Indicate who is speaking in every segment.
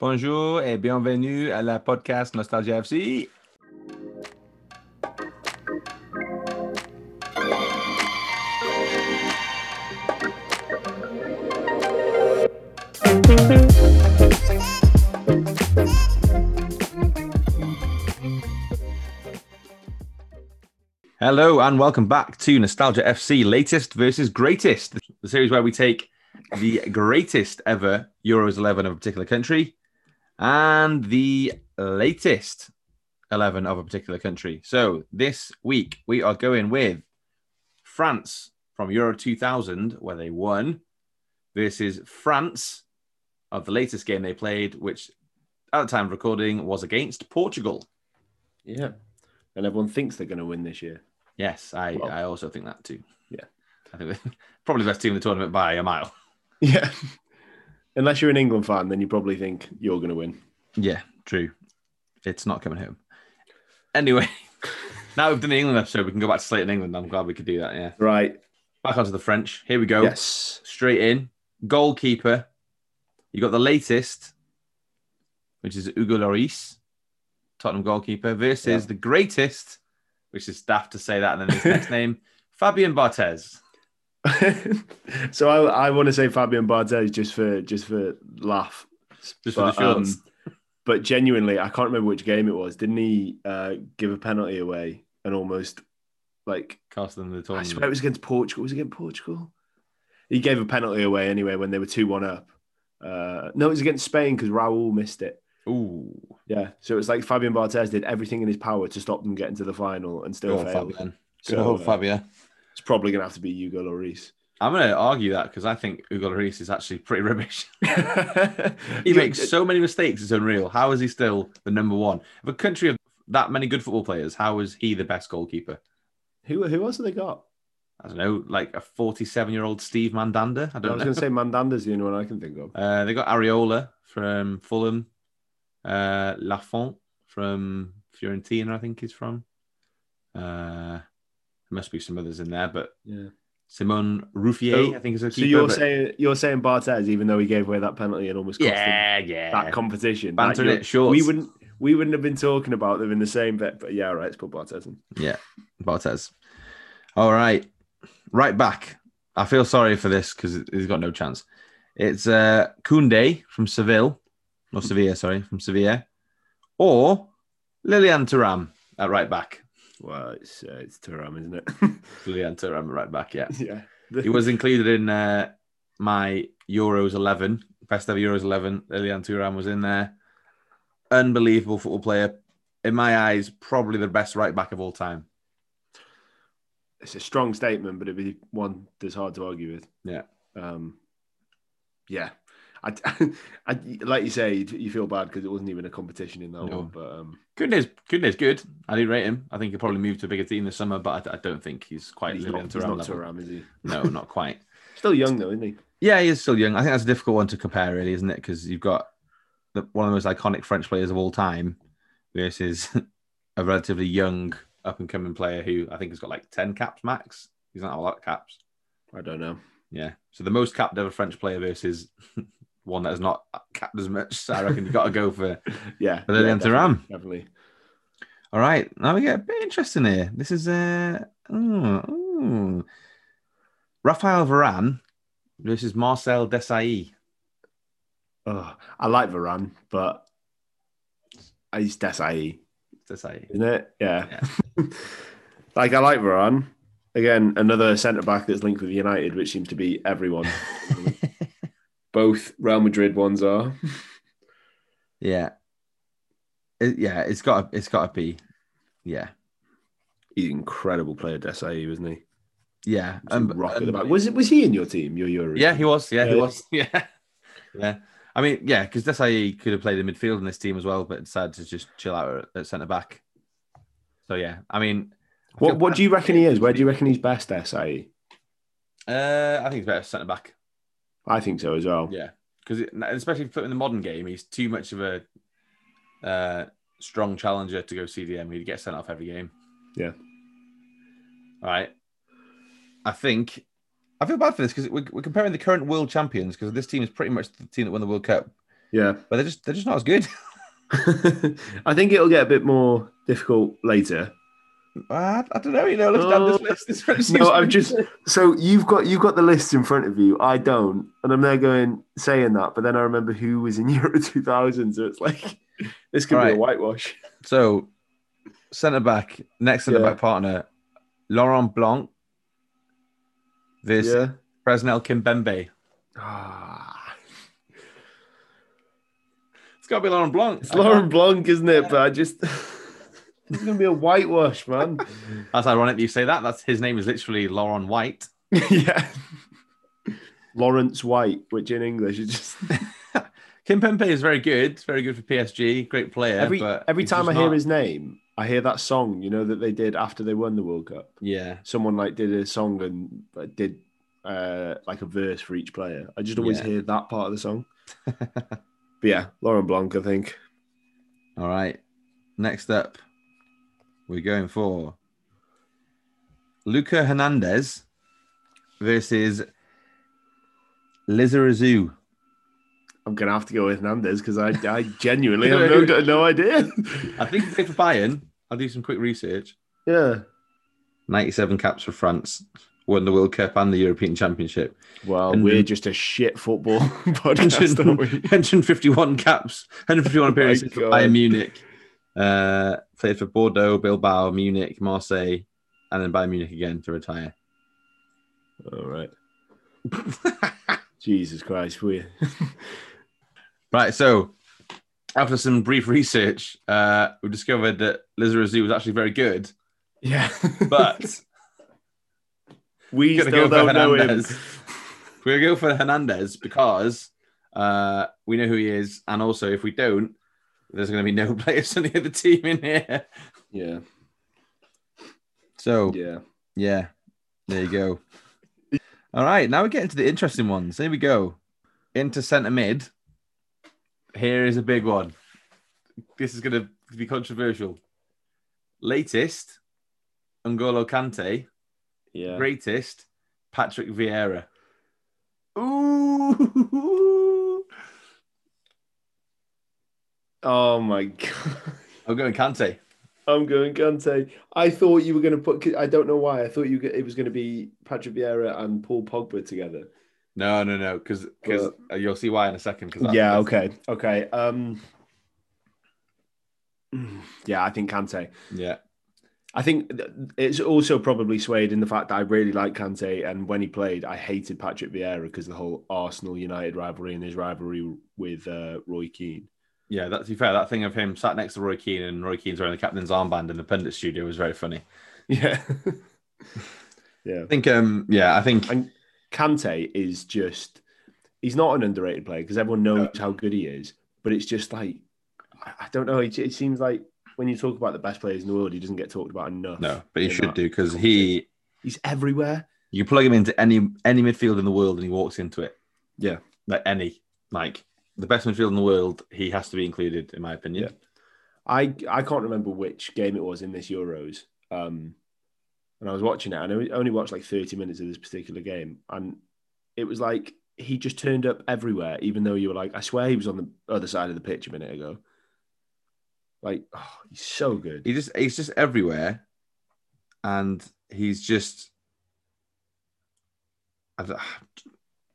Speaker 1: Bonjour et bienvenue à la podcast Nostalgia FC. Hello and welcome back to Nostalgia FC Latest versus Greatest, the series where we take the greatest ever Euros 11 of a particular country and the latest 11 of a particular country. So this week we are going with France from Euro 2000, where they won, versus France of the latest game they played, which at the time of recording was against Portugal.
Speaker 2: Yeah. And everyone thinks they're going to win this year.
Speaker 1: Yes, I,
Speaker 2: Well-
Speaker 1: I also think that too.
Speaker 2: Yeah.
Speaker 1: I think we're probably the best team in the tournament by a mile.
Speaker 2: Yeah. Unless you're an England fan, then you probably think you're going to win.
Speaker 1: Yeah, true. It's not coming home. Anyway, now we've done the England episode, we can go back to Slate in England. I'm glad we could do that. Yeah.
Speaker 2: Right.
Speaker 1: Back onto the French. Here we go.
Speaker 2: Yes.
Speaker 1: Straight in. Goalkeeper. You got the latest, which is Hugo Lloris, Tottenham goalkeeper, versus
Speaker 2: Yeah.
Speaker 1: the greatest, which is daft to say that, and then his next name, Fabian Barthez.
Speaker 2: so I, I want to say Fabian Barthez just for just for laugh. um,
Speaker 1: Just for the shorts.
Speaker 2: but genuinely, I can't remember which game it was. Didn't he uh, give a penalty away and almost like
Speaker 1: Cost them the
Speaker 2: I
Speaker 1: tournament.
Speaker 2: swear it was against Portugal. Was it against Portugal? He gave a penalty away anyway when they were two one up. Uh, no, it was against Spain because Raul missed it.
Speaker 1: Ooh.
Speaker 2: Yeah, so it was like Fabian Barthez did everything in his power to stop them getting to the final and still
Speaker 1: Go on,
Speaker 2: failed.
Speaker 1: Fabian. Good
Speaker 2: So
Speaker 1: old
Speaker 2: uh,
Speaker 1: Fabian.
Speaker 2: it's probably going to have to be Hugo Lloris.
Speaker 1: I'm going to argue that because I think Hugo Lloris is actually pretty rubbish. He
Speaker 2: he
Speaker 1: makes so many mistakes; it's unreal. How is he still the number one of a country of that many good football players? How is he the best goalkeeper?
Speaker 2: Who who else have they got?
Speaker 1: I don't know, like a 47-year-old Steve Mandanda. I
Speaker 2: I
Speaker 1: don't
Speaker 2: was
Speaker 1: know.
Speaker 2: going to say Mandanda's the only one I can think of.
Speaker 1: Uh, they got Ariola from Fulham, uh, Lafont from Fiorentina, I think he's from. Uh, there must be some others in there, but
Speaker 2: Yeah.
Speaker 1: Simon Ruffier,
Speaker 2: So-
Speaker 1: I think, is a
Speaker 2: So
Speaker 1: keeper.
Speaker 2: you're
Speaker 1: but-
Speaker 2: saying you're saying Barthez, even though he gave away that penalty and almost cost them
Speaker 1: yeah, yeah,
Speaker 2: that competition. that
Speaker 1: bantering
Speaker 2: you're-
Speaker 1: it short.
Speaker 2: we wouldn't we wouldn't have been talking about them in the same bet. But yeah, right. Let's put Barthez in.
Speaker 1: Bartez. All right, right back. I feel sorry for this because he's got no chance. It's uh, Kunde from Seville, or Sevilla, sorry, from Sevilla, or Lilian Thuram at right back.
Speaker 2: Well, it's uh, it's Turam, isn't it?
Speaker 1: Lilian Thuram at right back, yeah.
Speaker 2: yeah.
Speaker 1: He was included in uh, my Euros 11, best ever Euros 11. Lilian Thuram was in there. Unbelievable football player. In my eyes, probably the best right back of all time.
Speaker 2: it's a strong statement, but it'd be one that's hard to argue with.
Speaker 1: Yeah.
Speaker 2: Um, yeah. I, I, like you say, you- you feel bad because it wasn't even a competition in that
Speaker 1: No.
Speaker 2: one. But um,
Speaker 1: Kunde's Kunde's good. I do rate him. I think he'll probably move to a bigger team this summer, but I, I don't think he's quite
Speaker 2: he's
Speaker 1: living
Speaker 2: not,
Speaker 1: up
Speaker 2: he's
Speaker 1: to Ram
Speaker 2: not
Speaker 1: level.
Speaker 2: Thuram, is he?
Speaker 1: No, not quite.
Speaker 2: Still young though, isn't he?
Speaker 1: Yeah, he is still young. I think that's a difficult one to compare, really, isn't it? Because you've got the, one of the most iconic French players of all time versus a relatively young up and coming player who I think has got like ten caps max. He's not had a lot of caps.
Speaker 2: I don't know.
Speaker 1: Yeah. So the most capped ever French player versus one that is not capped as much. So I reckon you've got to go for
Speaker 2: Yeah.
Speaker 1: But then
Speaker 2: yeah,
Speaker 1: Liam Thuram.
Speaker 2: Definitely.
Speaker 1: All right, now we get a bit interesting here. This is uh, ooh, ooh. Raphael Varane versus Marcel Desailly.
Speaker 2: Oh, I like Varane, but he's Desai,
Speaker 1: Desailly.
Speaker 2: isn't it? Yeah. like I like Varane. Again, another centre back that's linked with United, which seems to be everyone. Both Real Madrid ones are.
Speaker 1: yeah, It- yeah, it's got it's got to be, yeah,
Speaker 2: He's an incredible player, Desai, wasn't he?
Speaker 1: yeah.
Speaker 2: Um,
Speaker 1: Um,
Speaker 2: rocket
Speaker 1: um,
Speaker 2: about. Was it? Was he in your team? Your Euro?
Speaker 1: yeah, he was. Yeah, he
Speaker 2: Yeah.
Speaker 1: was. Yeah, yeah. I mean, yeah, because Desailly could have played in midfield in this team as well, but decided to just chill out at- at centre back. So yeah, I mean, I
Speaker 2: What
Speaker 1: feel
Speaker 2: What
Speaker 1: bad
Speaker 2: do you
Speaker 1: for
Speaker 2: reckon
Speaker 1: him.
Speaker 2: he is? Where do you reckon he's best, Desai?
Speaker 1: Uh, I think he's better centre back.
Speaker 2: I think so as well.
Speaker 1: Yeah, because especially for in the modern game, he's too much of a uh, strong challenger to go CDM. He'd get sent off every game.
Speaker 2: Yeah.
Speaker 1: All right. I think I feel bad for this because we're, we're comparing the current world champions because this team is pretty much the team that won the World Cup
Speaker 2: Yeah.
Speaker 1: but they're just they're just not as good.
Speaker 2: I think it'll get a bit more difficult later.
Speaker 1: I, I don't know. You know, look down
Speaker 2: No.
Speaker 1: this list. This one seems
Speaker 2: Oh, No, I'm just so you've got you've got the list in front of you. I don't, and I'm there going saying that, but then I remember who was in Euro 2000, so it's like this could be a
Speaker 1: Alright.
Speaker 2: whitewash.
Speaker 1: so. Centre back, next centre
Speaker 2: Yeah.
Speaker 1: back partner, Laurent Blanc. This
Speaker 2: Yeah.
Speaker 1: Presnel Kimbembe.
Speaker 2: Ah,
Speaker 1: It's got to be Laurent Blanc.
Speaker 2: it's Lauren Blanc, isn't it? But I just it's gonna be a whitewash, man.
Speaker 1: That's ironic that you say that. That's his name is literally Laurent White.
Speaker 2: yeah. Lawrence White, which in English is just
Speaker 1: Kimpembe is very good. It's very good for PSG. Great player.
Speaker 2: every
Speaker 1: but
Speaker 2: every
Speaker 1: he's
Speaker 2: time I
Speaker 1: just
Speaker 2: hear
Speaker 1: not-
Speaker 2: his name, I hear that song. You know that they did after they won the World Cup.
Speaker 1: yeah,
Speaker 2: someone like did a song and like, did uh, like a verse for each player. I just always
Speaker 1: Yeah.
Speaker 2: hear that part of the song. but yeah, Lauren Blanc, I think.
Speaker 1: all right. Next up, we're going for Luca Hernandez versus Lizarazu.
Speaker 2: I'm gonna have to go with Hernandez because I, I genuinely have no, no idea.
Speaker 1: I think he's played for Bayern. I'll do some quick research.
Speaker 2: yeah.
Speaker 1: 97 caps for France. Won the World Cup and the European Championship.
Speaker 2: Well,
Speaker 1: And
Speaker 2: we're
Speaker 1: then-
Speaker 2: just a shit football podcast, aren't we?
Speaker 1: 151 caps, 151 appearances for
Speaker 2: Oh God.
Speaker 1: Bayern Munich. Uh, played for Bordeaux, Bilbao, Munich, Marseille, and then Bayern Munich again to retire.
Speaker 2: All right. Jesus Christ, we.
Speaker 1: Right, so after some brief research, uh, we discovered that Lizarazu was actually very good,
Speaker 2: Yeah,
Speaker 1: but
Speaker 2: we
Speaker 1: Gonna
Speaker 2: still
Speaker 1: go for
Speaker 2: don't know him.
Speaker 1: Hernandez. we're going to go for Hernandez because uh, we know who he is, and also if we don't, there's going to be no players on the other team in here.
Speaker 2: Yeah,
Speaker 1: So
Speaker 2: yeah.
Speaker 1: Yeah, there you go. All right, now we get into the interesting ones. Here we go. Into centre mid. Here is a big one. This is going to be controversial. Latest, N'Golo Kante.
Speaker 2: Yeah.
Speaker 1: Greatest, Patrick Vieira.
Speaker 2: Ooh. Oh my god.
Speaker 1: I'm going Kante.
Speaker 2: I'm going Kante. I thought you were going to put. I don't know why. I thought you it was going to be Patrick Vieira and Paul Pogba together.
Speaker 1: No, no, no, because because you'll see why in a second. Cause that-
Speaker 2: Yeah.
Speaker 1: that's-
Speaker 2: Okay. Okay. Um. Yeah, I think Kante.
Speaker 1: Yeah.
Speaker 2: I think th- it's also probably swayed in the fact that I really like Kante, and when he played, I hated Patrick Vieira because the whole Arsenal United rivalry and his rivalry with uh, Roy Keane.
Speaker 1: Yeah, that's to be fair. That thing of him sat next to Roy Keane and Roy Keane's wearing the captain's armband in the pundit studio was very funny.
Speaker 2: Yeah.
Speaker 1: I think, um, yeah, I think
Speaker 2: And Kante is just he's not an underrated player because everyone knows how good he is, but it's just like I I don't know. It, it seems like when you talk about the best players in the world, he doesn't get talked about enough.
Speaker 1: No, but he
Speaker 2: in
Speaker 1: should
Speaker 2: that
Speaker 1: do because
Speaker 2: conversation.
Speaker 1: he
Speaker 2: He's everywhere.
Speaker 1: you plug him into any any midfield in the world and he walks into it.
Speaker 2: Yeah.
Speaker 1: Like any like the best midfield in the world, he has to be included in my opinion.
Speaker 2: I I can't remember which game it was in this Euros. Um, and I was watching it, and I only watched like thirty minutes of this particular game, and it was like he just turned up everywhere, even though you were like, I swear he was on the other side of the pitch a minute ago. Like, oh, he's so good.
Speaker 1: He just he's just everywhere, and he's just I don't-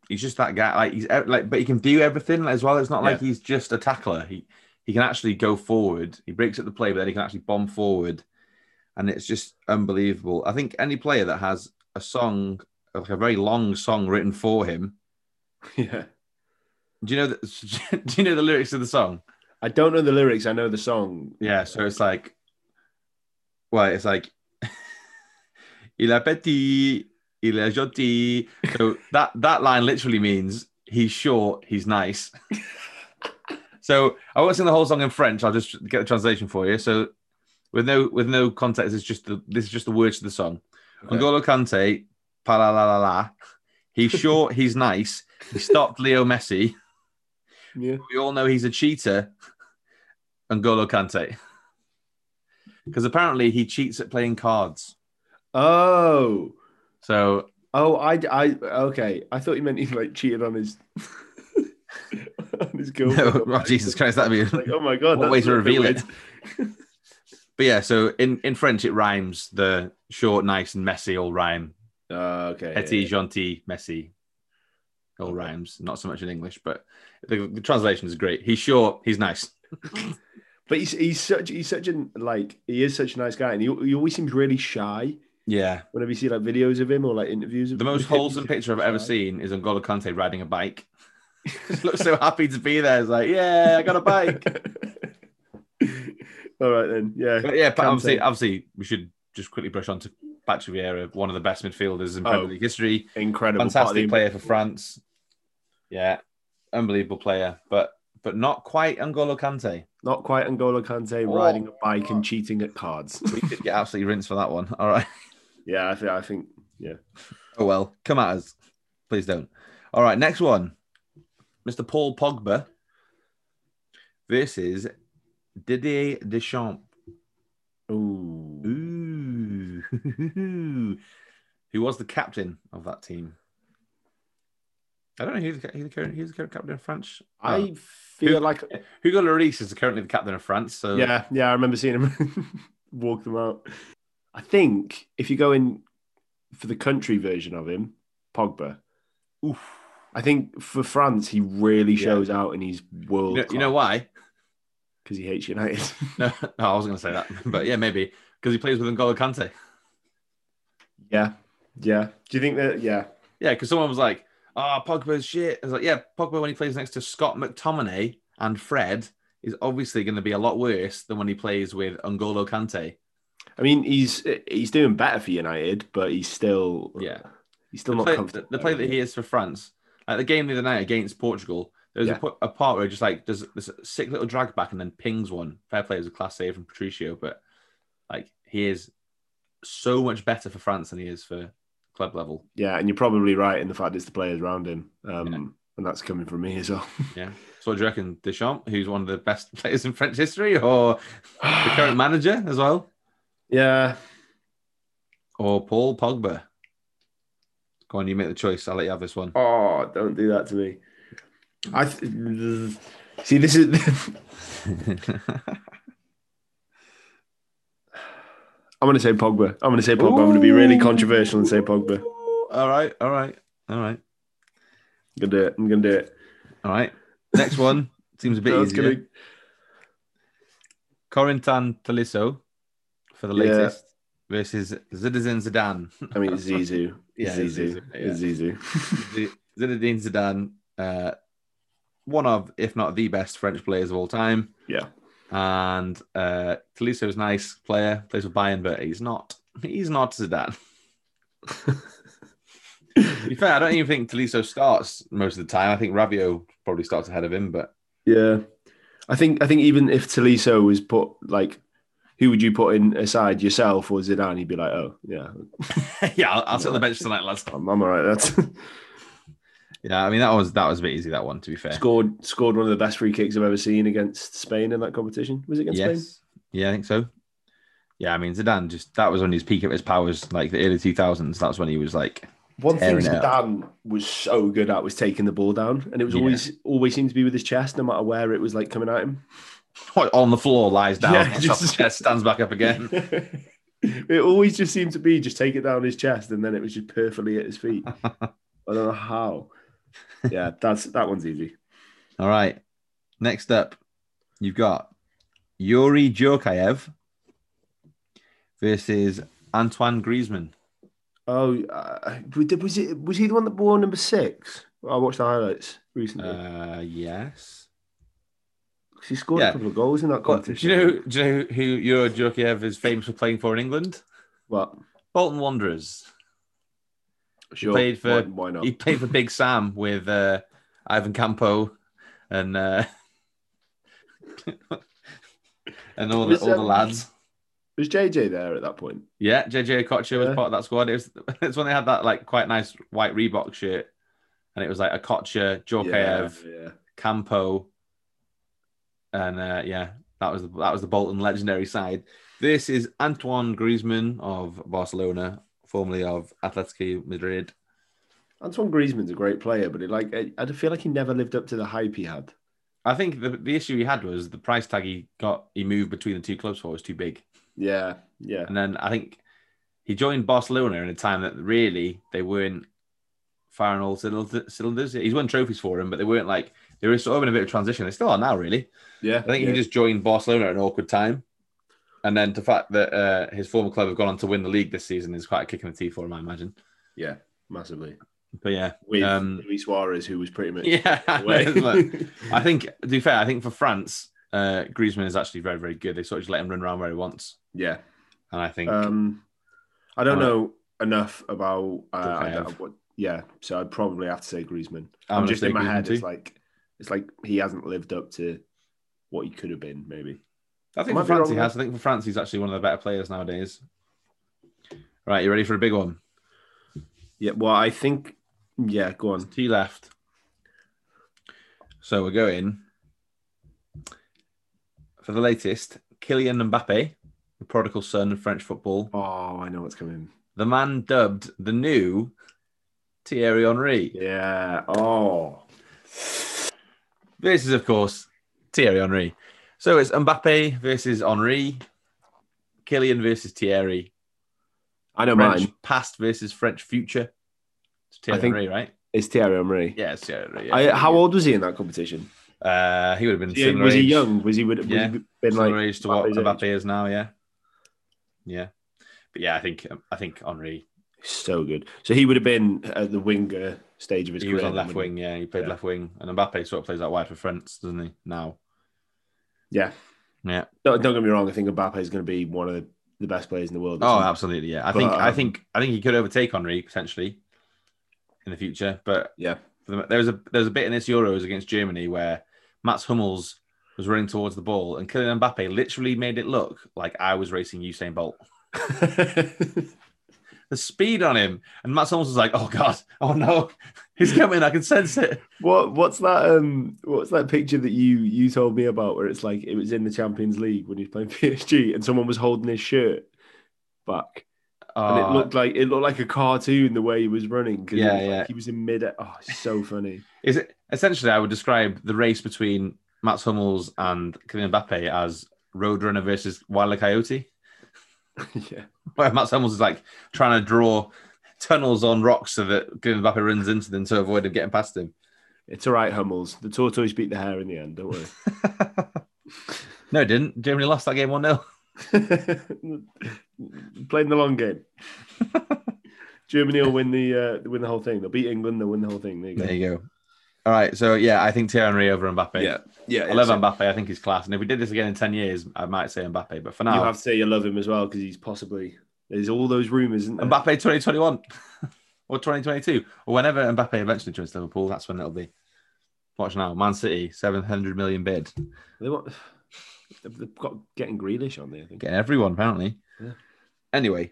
Speaker 1: he's just that guy. Like he's ev- like, but he can do everything as well. It's not like he's just a tackler. He he can actually go forward. He breaks up the play, but then he can actually bomb forward, and it's just unbelievable. I think any player that has a song, like a very long song written for him.
Speaker 2: Yeah.
Speaker 1: Do you know the, Do you know the lyrics of the song?
Speaker 2: I don't know the lyrics. I know the song.
Speaker 1: Yeah, so it's like, well, it's like, il est petit, il est gentil. So that that line literally means he's short, he's nice. so I won't sing the whole song in French. I'll just get the translation for you. So with no with no context, it's just the this is just the words to the song.
Speaker 2: Okay.
Speaker 1: N'Golo Kante, pa la la la la. He's short, he's nice. He stopped Leo Messi.
Speaker 2: Yeah.
Speaker 1: We all know he's a cheater. N'Golo Kante. Because apparently he cheats at playing cards.
Speaker 2: Oh.
Speaker 1: So
Speaker 2: Oh, I, I, okay. I thought you meant he like cheated on his, on his
Speaker 1: No,
Speaker 2: girlfriend.
Speaker 1: oh, Jesus Christ, that'd be.
Speaker 2: Like, oh my god!
Speaker 1: What
Speaker 2: that's
Speaker 1: way to
Speaker 2: a bit
Speaker 1: reveal
Speaker 2: weird.
Speaker 1: it? But yeah, so in, in French, it rhymes the short, nice, and messy all rhyme.
Speaker 2: Ah, okay.
Speaker 1: Petit, gentil, messy. All
Speaker 2: Okay.
Speaker 1: rhymes. Not so much in English, but the, the translation is great. He's short, he's nice.
Speaker 2: But he's he's such he's such an like he is such a nice guy, and he, he always seems really shy
Speaker 1: Yeah.
Speaker 2: whenever you see like videos of him or like interviews. Of
Speaker 1: The most
Speaker 2: with him, he
Speaker 1: wholesome
Speaker 2: seems
Speaker 1: picture I've ever
Speaker 2: shy.
Speaker 1: seen is N'Golo Kante riding a bike. Just looks so happy to be there. It's like, yeah, I got a bike.
Speaker 2: All right then, yeah.
Speaker 1: But yeah, but
Speaker 2: Kante.
Speaker 1: obviously, obviously, we should just quickly brush on to Patrick Vieira, one of the best midfielders in
Speaker 2: Oh.
Speaker 1: Premier League history.
Speaker 2: Incredible, part of the-
Speaker 1: Fantastic player for France. Yeah, unbelievable player, but but not quite N'Golo Kante.
Speaker 2: Not quite Angola Kante
Speaker 1: Oh.
Speaker 2: riding a bike and cheating at cards.
Speaker 1: We did get absolutely rinsed for that one. All right.
Speaker 2: yeah, I think I think yeah.
Speaker 1: Oh well, come at us, please don't. All right, next one, Mr. Paul Pogba versus Didier Deschamps.
Speaker 2: Ooh,
Speaker 1: Ooh, who was the captain of that team? I don't know who the, who the current who's the current captain of France.
Speaker 2: I
Speaker 1: Who-
Speaker 2: feel like
Speaker 1: Hugo Lloris is currently the captain of France. So
Speaker 2: yeah, yeah. I remember seeing him walk them out. I think if you go in for the country version of him, Pogba.
Speaker 1: Oof.
Speaker 2: I think for France, he really
Speaker 1: Yeah.
Speaker 2: shows out and he's world.
Speaker 1: You know, you know why?
Speaker 2: Because he hates United.
Speaker 1: No, no, I wasn't going to say that, but yeah, maybe because he plays with N'Golo Kante.
Speaker 2: yeah, yeah. Do you think that? Yeah,
Speaker 1: Yeah, because someone was like, "Ah, Pogba's shit." I was like, "Yeah, Pogba when he plays next to Scott McTominay and Fred is obviously going to be a lot worse than when he plays with N'Golo Kante."
Speaker 2: I mean, he's he's doing better for United, but he's still
Speaker 1: Yeah.
Speaker 2: he's still
Speaker 1: The
Speaker 2: not
Speaker 1: play,
Speaker 2: comfortable.
Speaker 1: the play that he is for France, like the game the other night against Portugal, there was
Speaker 2: Yeah.
Speaker 1: a, po- a part where he just like does this sick little drag back and then pings one. Fair play was a class save from Patricio, but like he is so much better for France than he is for club level.
Speaker 2: Yeah, and you're probably right in the fact it's the players around him, um,
Speaker 1: Yeah.
Speaker 2: and that's coming from me as well.
Speaker 1: So what do you reckon, Deschamps, who's one of the best players in French history, or the current manager as well,
Speaker 2: yeah,
Speaker 1: or Paul Pogba? Go on, you make the choice. I'll let you have this one.
Speaker 2: Oh, don't do that to me. I th- see. This is. I'm going to say Pogba. I'm going to say Pogba. I'm going to be really controversial and say Pogba.
Speaker 1: all right, all right, all right,
Speaker 2: I'm going to do it. I'm going to do it.
Speaker 1: all right. Next one seems a bit
Speaker 2: I was
Speaker 1: easier.
Speaker 2: gonna-
Speaker 1: Corentin Tolisso for the
Speaker 2: Yeah.
Speaker 1: latest versus Zidane Zidane.
Speaker 2: I mean, Zizou.
Speaker 1: Yeah,
Speaker 2: Zizou.
Speaker 1: Zizou, yeah.
Speaker 2: Zizou.
Speaker 1: Z- Zinedine Zidane, uh, one of, if not the best French players of all time.
Speaker 2: Yeah.
Speaker 1: And uh, Tolisso a nice player, plays for Bayern, but he's not. He's not Zidane. to be fair, I don't even think Tolisso starts most of the time. I think Rabiot probably starts ahead of him, but
Speaker 2: yeah, I think. I think even if Tolisso was put like, who would you put in aside yourself or Zidane? He'd be like, oh yeah,
Speaker 1: yeah, I'll, I'll sit on the bench tonight, lads.
Speaker 2: I'm, I'm all right. That's
Speaker 1: Yeah, I mean that was that was a bit easy. That one, to be fair.
Speaker 2: scored scored one of the best free kicks I've ever seen against Spain in that competition. Was it against Spain?
Speaker 1: Yes. Yeah, I think so. Yeah, I mean Zidane just that was on his peak of his powers, like the early two thousands. That's when he was like,
Speaker 2: One thing
Speaker 1: Tearing it
Speaker 2: Zidane was so good at was taking the ball down, and it was
Speaker 1: Yeah.
Speaker 2: always always seemed to be with his chest, no matter where it was like coming at him.
Speaker 1: on the floor, lies down,
Speaker 2: Yeah,
Speaker 1: yeah,
Speaker 2: just-
Speaker 1: stands back up again.
Speaker 2: it always just seemed to be just take it down his chest, and then it was just perfectly at his feet. I don't know how. Yeah, that's that one's easy.
Speaker 1: All right. Next up, you've got Yuri Djorkaev versus Antoine Griezmann.
Speaker 2: Oh, uh, was it was he the one that wore number six? I watched the highlights recently.
Speaker 1: Uh, yes.
Speaker 2: 'Cause he scored
Speaker 1: yeah.
Speaker 2: a couple of goals in that
Speaker 1: But do
Speaker 2: competition.
Speaker 1: you know do you know who Yuri Djorkaev is famous for playing for in England?
Speaker 2: What?
Speaker 1: Bolton Wanderers.
Speaker 2: Sure.
Speaker 1: played for-
Speaker 2: why, why not?
Speaker 1: He played for Big Sam with uh, Ivan Campo and uh, and all the,
Speaker 2: Was,
Speaker 1: all the
Speaker 2: um,
Speaker 1: lads.
Speaker 2: Was JJ there at that point?
Speaker 1: Yeah, JJ Okocha was
Speaker 2: Yeah.
Speaker 1: part of that squad. It was it's when they had that like quite nice white Reebok shirt, and it was like Okocha, Jorkaev,
Speaker 2: yeah.
Speaker 1: Campo, and uh, yeah, that was the, that was the Bolton legendary side. This is Antoine Griezmann of Barcelona, formerly of Atletico Madrid.
Speaker 2: Antoine Griezmann's a great player, but it, like I, I feel like he never lived up to the hype he had.
Speaker 1: I think the, the issue he had was the price tag he got, he moved between the two clubs for was too big.
Speaker 2: Yeah, yeah,
Speaker 1: And then I think he joined Barcelona in a time that really they weren't firing all cylinder- cylinders. He's won trophies for him, but they weren't like, they were sort of in a bit of transition. They still are now, really.
Speaker 2: yeah.
Speaker 1: I think
Speaker 2: yeah.
Speaker 1: he just joined Barcelona at an awkward time. And then the fact that uh, his former club have gone on to win the league this season is quite a kick in the teeth for him, I imagine.
Speaker 2: yeah, massively
Speaker 1: But yeah,
Speaker 2: with
Speaker 1: Um,
Speaker 2: Luis Suarez, who was pretty much
Speaker 1: yeah.
Speaker 2: away.
Speaker 1: I think, to be fair, I think for France, uh, Griezmann is actually very, very good. They sort of just let him run around where he wants.
Speaker 2: yeah.
Speaker 1: And I think
Speaker 2: Um, I don't
Speaker 1: Alright.
Speaker 2: know enough about. Uh, I
Speaker 1: Bukayev.
Speaker 2: don't- what, yeah, so I'd probably have to say Griezmann.
Speaker 1: I'm
Speaker 2: I'm,
Speaker 1: gonna
Speaker 2: just
Speaker 1: say
Speaker 2: in my
Speaker 1: Griezmann
Speaker 2: head. It's
Speaker 1: too.
Speaker 2: like it's like he hasn't lived up to what he could have been. Maybe.
Speaker 1: I think
Speaker 2: might
Speaker 1: for
Speaker 2: be
Speaker 1: France
Speaker 2: wrong
Speaker 1: he
Speaker 2: there.
Speaker 1: has. I think for France he's actually one of the better players nowadays. Right, you ready for a big one?
Speaker 2: Yeah. Well, I think. Yeah. Go on.
Speaker 1: T left. So we're going for the latest. Kylian Mbappe, the prodigal son of French football,
Speaker 2: Oh, I know what's coming.
Speaker 1: the man dubbed the new Thierry Henry.
Speaker 2: Yeah. Oh.
Speaker 1: This is, of course, Thierry Henry. So it's Mbappe versus Henry, Kylian versus Thierry,
Speaker 2: I know
Speaker 1: French
Speaker 2: mine.
Speaker 1: past versus French future. It's Thierry
Speaker 2: think-
Speaker 1: Henry, right?
Speaker 2: It's Thierry Henry.
Speaker 1: Yeah, it's Thierry Henry. yeah.
Speaker 2: I, how old was he in that competition?
Speaker 1: Uh, he would have been
Speaker 2: Yeah,
Speaker 1: similar
Speaker 2: was he
Speaker 1: age-
Speaker 2: young? Was he would
Speaker 1: Yeah.
Speaker 2: have been
Speaker 1: similar
Speaker 2: like?
Speaker 1: age to what
Speaker 2: Mbappe's age.
Speaker 1: Mbappe is now. Yeah, yeah, but yeah, I think um, I think Henri
Speaker 2: So good. So he would have been at the winger stage of his
Speaker 1: he
Speaker 2: career.
Speaker 1: was on left
Speaker 2: wouldn't
Speaker 1: wing.
Speaker 2: he?
Speaker 1: Yeah, he played
Speaker 2: Yeah.
Speaker 1: left wing, and Mbappe sort of plays out wide for France, doesn't he? Now,
Speaker 2: Yeah.
Speaker 1: Yeah.
Speaker 2: No, don't get me wrong. I think Mbappe is going to be one of the best players in the world.
Speaker 1: oh, absolutely, yeah. I
Speaker 2: But,
Speaker 1: think I
Speaker 2: um,
Speaker 1: think I think he could overtake Henri potentially in the future, but
Speaker 2: Yeah.
Speaker 1: for the- there was a there was a bit in this Euros against Germany where Mats Hummels was running towards the ball, and Kylian Mbappe literally made it look like I was racing Usain Bolt.
Speaker 2: absolutely.
Speaker 1: The speed on him, and Mats Hummels was like, "Oh God, oh no, he's coming! I can sense it."
Speaker 2: what What's that? Um, what's that picture that you you told me about? Where it's like it was in the Champions League when he was playing PSG, and someone was holding his shirt back, and
Speaker 1: Oh,
Speaker 2: it looked like it looked like a cartoon the way he was running. 'cause it
Speaker 1: Yeah,
Speaker 2: was like
Speaker 1: yeah.
Speaker 2: he was in mid. Oh, it's so funny.
Speaker 1: is it essentially? I would describe the race between Mats Hummels and Kylian Mbappe as Roadrunner versus Wilder Coyote,
Speaker 2: yeah.
Speaker 1: where Mats Hummels is like trying to draw tunnels on rocks so that Kylian Mbappe runs into them to avoid him getting past him.
Speaker 2: It's all right, Hummels. The tortoise beat the hare in the end. Don't worry.
Speaker 1: no, it didn't. Germany lost that game one 0
Speaker 2: Playing the long game. Germany will win the uh, win the whole thing. They'll beat England. They'll win the whole thing. There you go.
Speaker 1: There you go. All right, so yeah, I think Thierry Henry over Mbappe.
Speaker 2: yeah.
Speaker 1: I love Mbappe. I think he's class. And if we did this again in ten years, I might say Mbappe. But for
Speaker 2: You
Speaker 1: now,
Speaker 2: have to say you love him as well because he's possibly there's all those rumors, isn't there?
Speaker 1: Mbappe 2021 or 2022 or whenever Mbappe eventually joins Liverpool, that's when it'll be. Watch now, Man City 700 million bid,
Speaker 2: They want, they've got getting Grealish on there. I think.
Speaker 1: getting everyone apparently.
Speaker 2: Yeah.
Speaker 1: Anyway,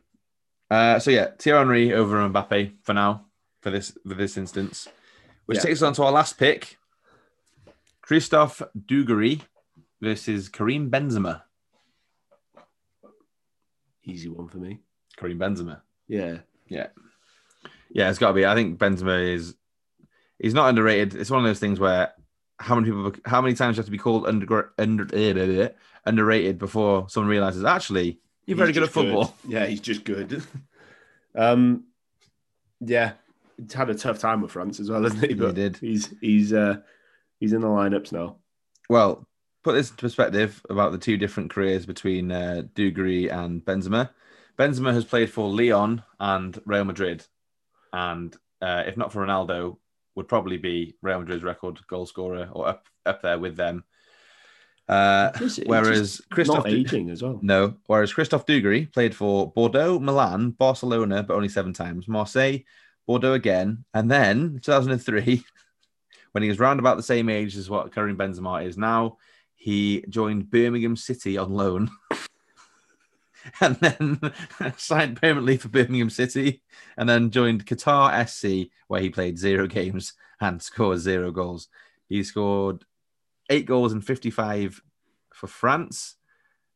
Speaker 1: uh, so yeah, Thierry Henry over Mbappe for now for this for this instance, which
Speaker 2: Yeah.
Speaker 1: takes us on to our last pick: Christophe Dugarry versus Karim Benzema.
Speaker 2: Easy one for me.
Speaker 1: Karim Benzema.
Speaker 2: Yeah.
Speaker 1: Yeah, it's got to be. I think Benzema is he's not underrated. It's one of those things where how many people how many times you have to be called under, under eh, eh, eh, underrated before someone realizes actually you're very
Speaker 2: He's
Speaker 1: good at
Speaker 2: just
Speaker 1: football.
Speaker 2: Yeah, he's just good. um, yeah, it's had a tough time with France as well, hasn't he?
Speaker 1: He did.
Speaker 2: He's he's uh, he's in the lineups now.
Speaker 1: Well, put this into perspective about the two different careers between uh, Dugree and Benzema. Benzema has played for Leon and Real Madrid, and uh, if not for Ronaldo, would probably be Real Madrid's record goal scorer or up up there with them. Uh,
Speaker 2: Just- he's just
Speaker 1: whereas Christoph
Speaker 2: not aging as well.
Speaker 1: No. Whereas Christophe Dugarry played for Bordeaux, Milan, Barcelona, but only seven times, Marseille, Bordeaux again, and then 2003, when he was round about the same age as what Karim Benzema is now, he joined Birmingham City on loan. And then signed permanently for Birmingham City, and then joined Qatar SC, where he played zero games and scored zero goals. He scored eight goals and 55 for France,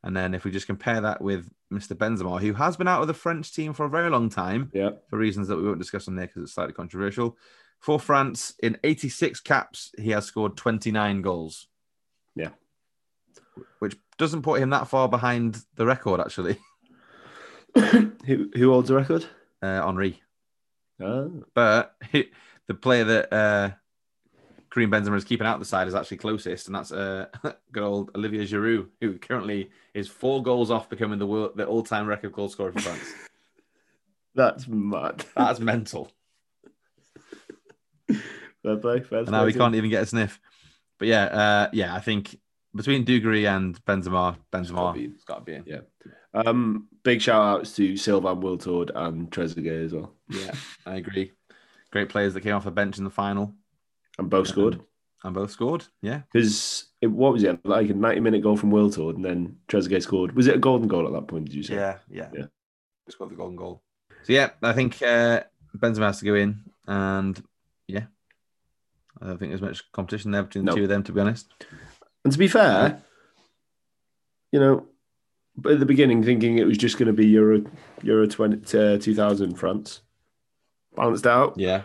Speaker 1: and then if we just compare that with Mr. Benzema, who has been out of the French team for a very long time
Speaker 2: Yeah,
Speaker 1: for reasons that we won't discuss on there because it's slightly controversial. For France, in 86 caps, he has scored 29 goals.
Speaker 2: Yeah.
Speaker 1: Which doesn't put him that far behind the record, actually,
Speaker 2: who who holds the record?
Speaker 1: uh, Henri. Ah.
Speaker 2: Oh,
Speaker 1: But the player that uh, Karim Benzema is keeping out the side is actually closest, and that's uh, good old Olivier Giroud, who currently is four goals off becoming the world, the all-time record goal scorer for France.
Speaker 2: that's mad.
Speaker 1: That's mental.
Speaker 2: fair play, fair
Speaker 1: and now
Speaker 2: play
Speaker 1: he
Speaker 2: to
Speaker 1: can't even get a sniff. But yeah, uh, yeah, I think between Dugary and Benzema,
Speaker 2: gotta
Speaker 1: Benzema,
Speaker 2: be-
Speaker 1: it's got to be in.
Speaker 2: him. Um, big shout outs to Sylvain Wiltord and Trezeguet as well.
Speaker 1: Yeah, I agree. Great players that came off the bench in the final
Speaker 2: And both scored
Speaker 1: and both scored. Yeah,
Speaker 2: because it what was it like a ninety minute goal from Wiltord and then Trezeguet scored. Was it a golden goal at that point? Did you say?
Speaker 1: yeah,
Speaker 2: Yeah.
Speaker 1: Scored the golden goal. So yeah, I think uh, Benzema has to go in, and yeah, I don't think there's much competition there between the
Speaker 2: No.
Speaker 1: two of them. To be honest,
Speaker 2: And to be fair, you know, but at the beginning thinking it was just going to be Euro Euro 20, uh, 2000 France balanced out.
Speaker 1: yeah,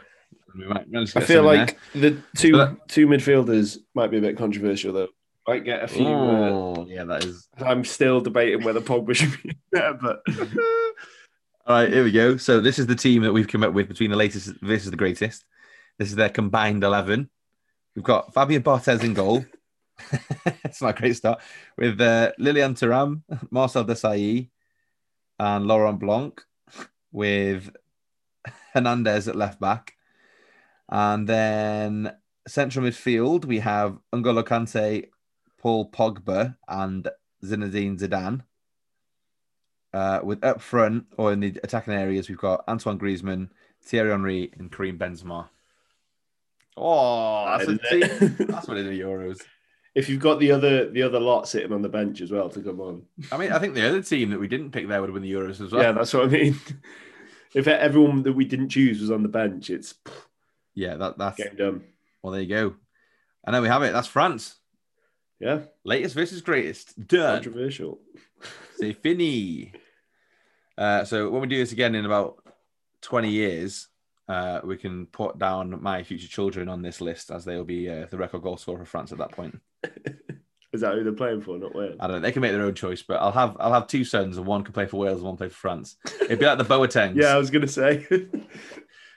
Speaker 1: we might manage to
Speaker 2: I
Speaker 1: get
Speaker 2: feel
Speaker 1: something there.
Speaker 2: like the two
Speaker 1: But-
Speaker 2: two midfielders might be a bit controversial though. Might get a few. Uh,
Speaker 1: Oh, yeah, that is
Speaker 2: I'm still debating whether Pogba should be there, but
Speaker 1: All right, here we go. So this is the team that we've come up with between the latest versus the greatest. This is their combined eleven. We've got Fabio Barthez in goal. it's not a great start. With uh, Lilian Thuram, Marcel Desailly, and Laurent Blanc, with Hernandez at left back, and then central midfield we have N'Golo Kante, Paul Pogba, and Zinedine Zidane. Uh, with up front or in the attacking areas, we've got Antoine Griezmann, Thierry Henry, and Karim Benzema. Oh, that's a team. That's what it is in Euros.
Speaker 2: if you've got the other the other lot sitting on the bench as well to come on,
Speaker 1: I mean, I think the other team that we didn't pick there would have win the Euros as well.
Speaker 2: yeah, that's what I mean. If everyone that we didn't choose was on the bench, it's
Speaker 1: Yeah, that, that's
Speaker 2: game done.
Speaker 1: well. There you go. And there we have it. That's France.
Speaker 2: Yeah,
Speaker 1: Latest versus greatest. Done.
Speaker 2: controversial.
Speaker 1: C'est fini. Uh, so when we do this again in about 20 years, uh, we can put down my future children on this list as they will be uh, the record goal scorer for France at that point.
Speaker 2: Is that who they're playing for? Not Wales.
Speaker 1: I don't know. They can make their own choice, but I'll have I'll have two sons, and one can play for Wales and one play for France. It'd be like the Boatengs.
Speaker 2: Yeah, I was gonna say.
Speaker 1: I'm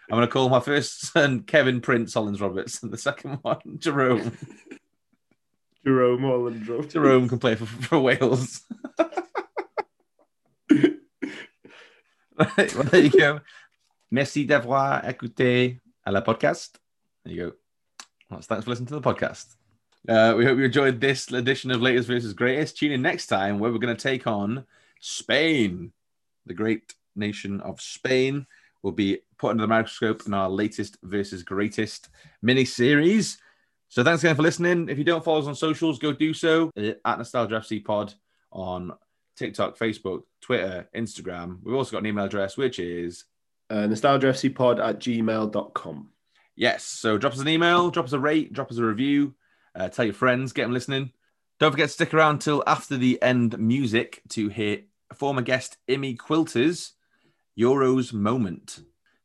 Speaker 1: going to call my first son Kevin Prince Hollins Roberts, and the second one Jerome.
Speaker 2: Jerome Holland drop.
Speaker 1: Jerome can play for, for Wales. right, well, there you go. Merci d'avoir écouté à la podcast. There you go. Well, thanks for listening to the podcast. Uh, we hope you enjoyed this edition of Latest versus Greatest. Tune in next time where we're going to take on Spain. The great nation of Spain will be put under the microscope in our latest versus greatest mini series. So thanks again for listening. If you don't follow us on socials, go do so uh, at Nostalgia FC Pod on TikTok, Facebook, Twitter, Instagram. We've also got an email address, which is
Speaker 2: Uh, nostalgiafcpod at gmail.com.
Speaker 1: yes. So drop us an email, drop us a rate, drop us a review, uh, tell your friends, get them listening. Don't forget to stick around till after the end music to hear former guest Imi Quilter's Euros moment.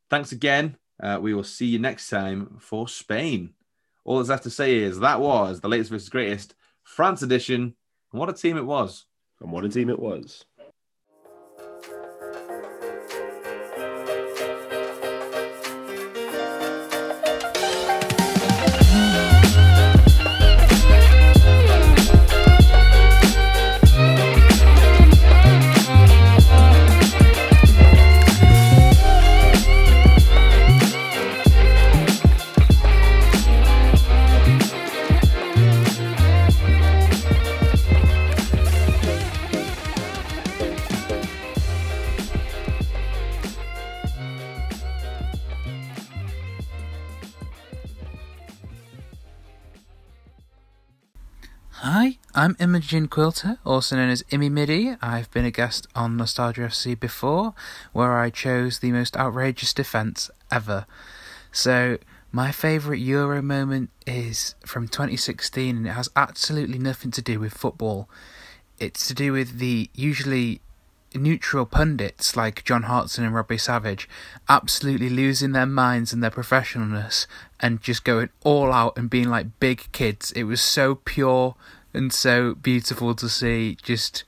Speaker 1: Thanks again. Uh, we will see you next time for Spain. All that's left to say is that was the latest versus greatest France edition. And what a team it was.
Speaker 2: And what a team it was.
Speaker 3: Hi, I'm Imogen Quilter, also known as Imi Midi. I've been a guest on Nostalgia FC before, where I chose the most outrageous defence ever. So, my favourite Euro moment is from 2016, and it has absolutely nothing to do with football. It's to do with the usually neutral pundits like John Hartson and Robbie Savage absolutely losing their minds and their professionalness and just going all out and being like big kids. It was so pure and so beautiful to see just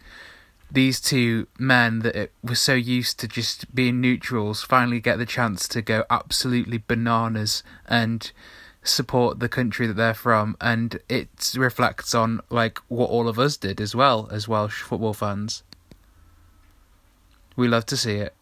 Speaker 3: these two men that it, were so used to just being neutrals finally get the chance to go absolutely bananas and support the country that they're from and it reflects on like what all of us did as well as Welsh football fans. We love to see it.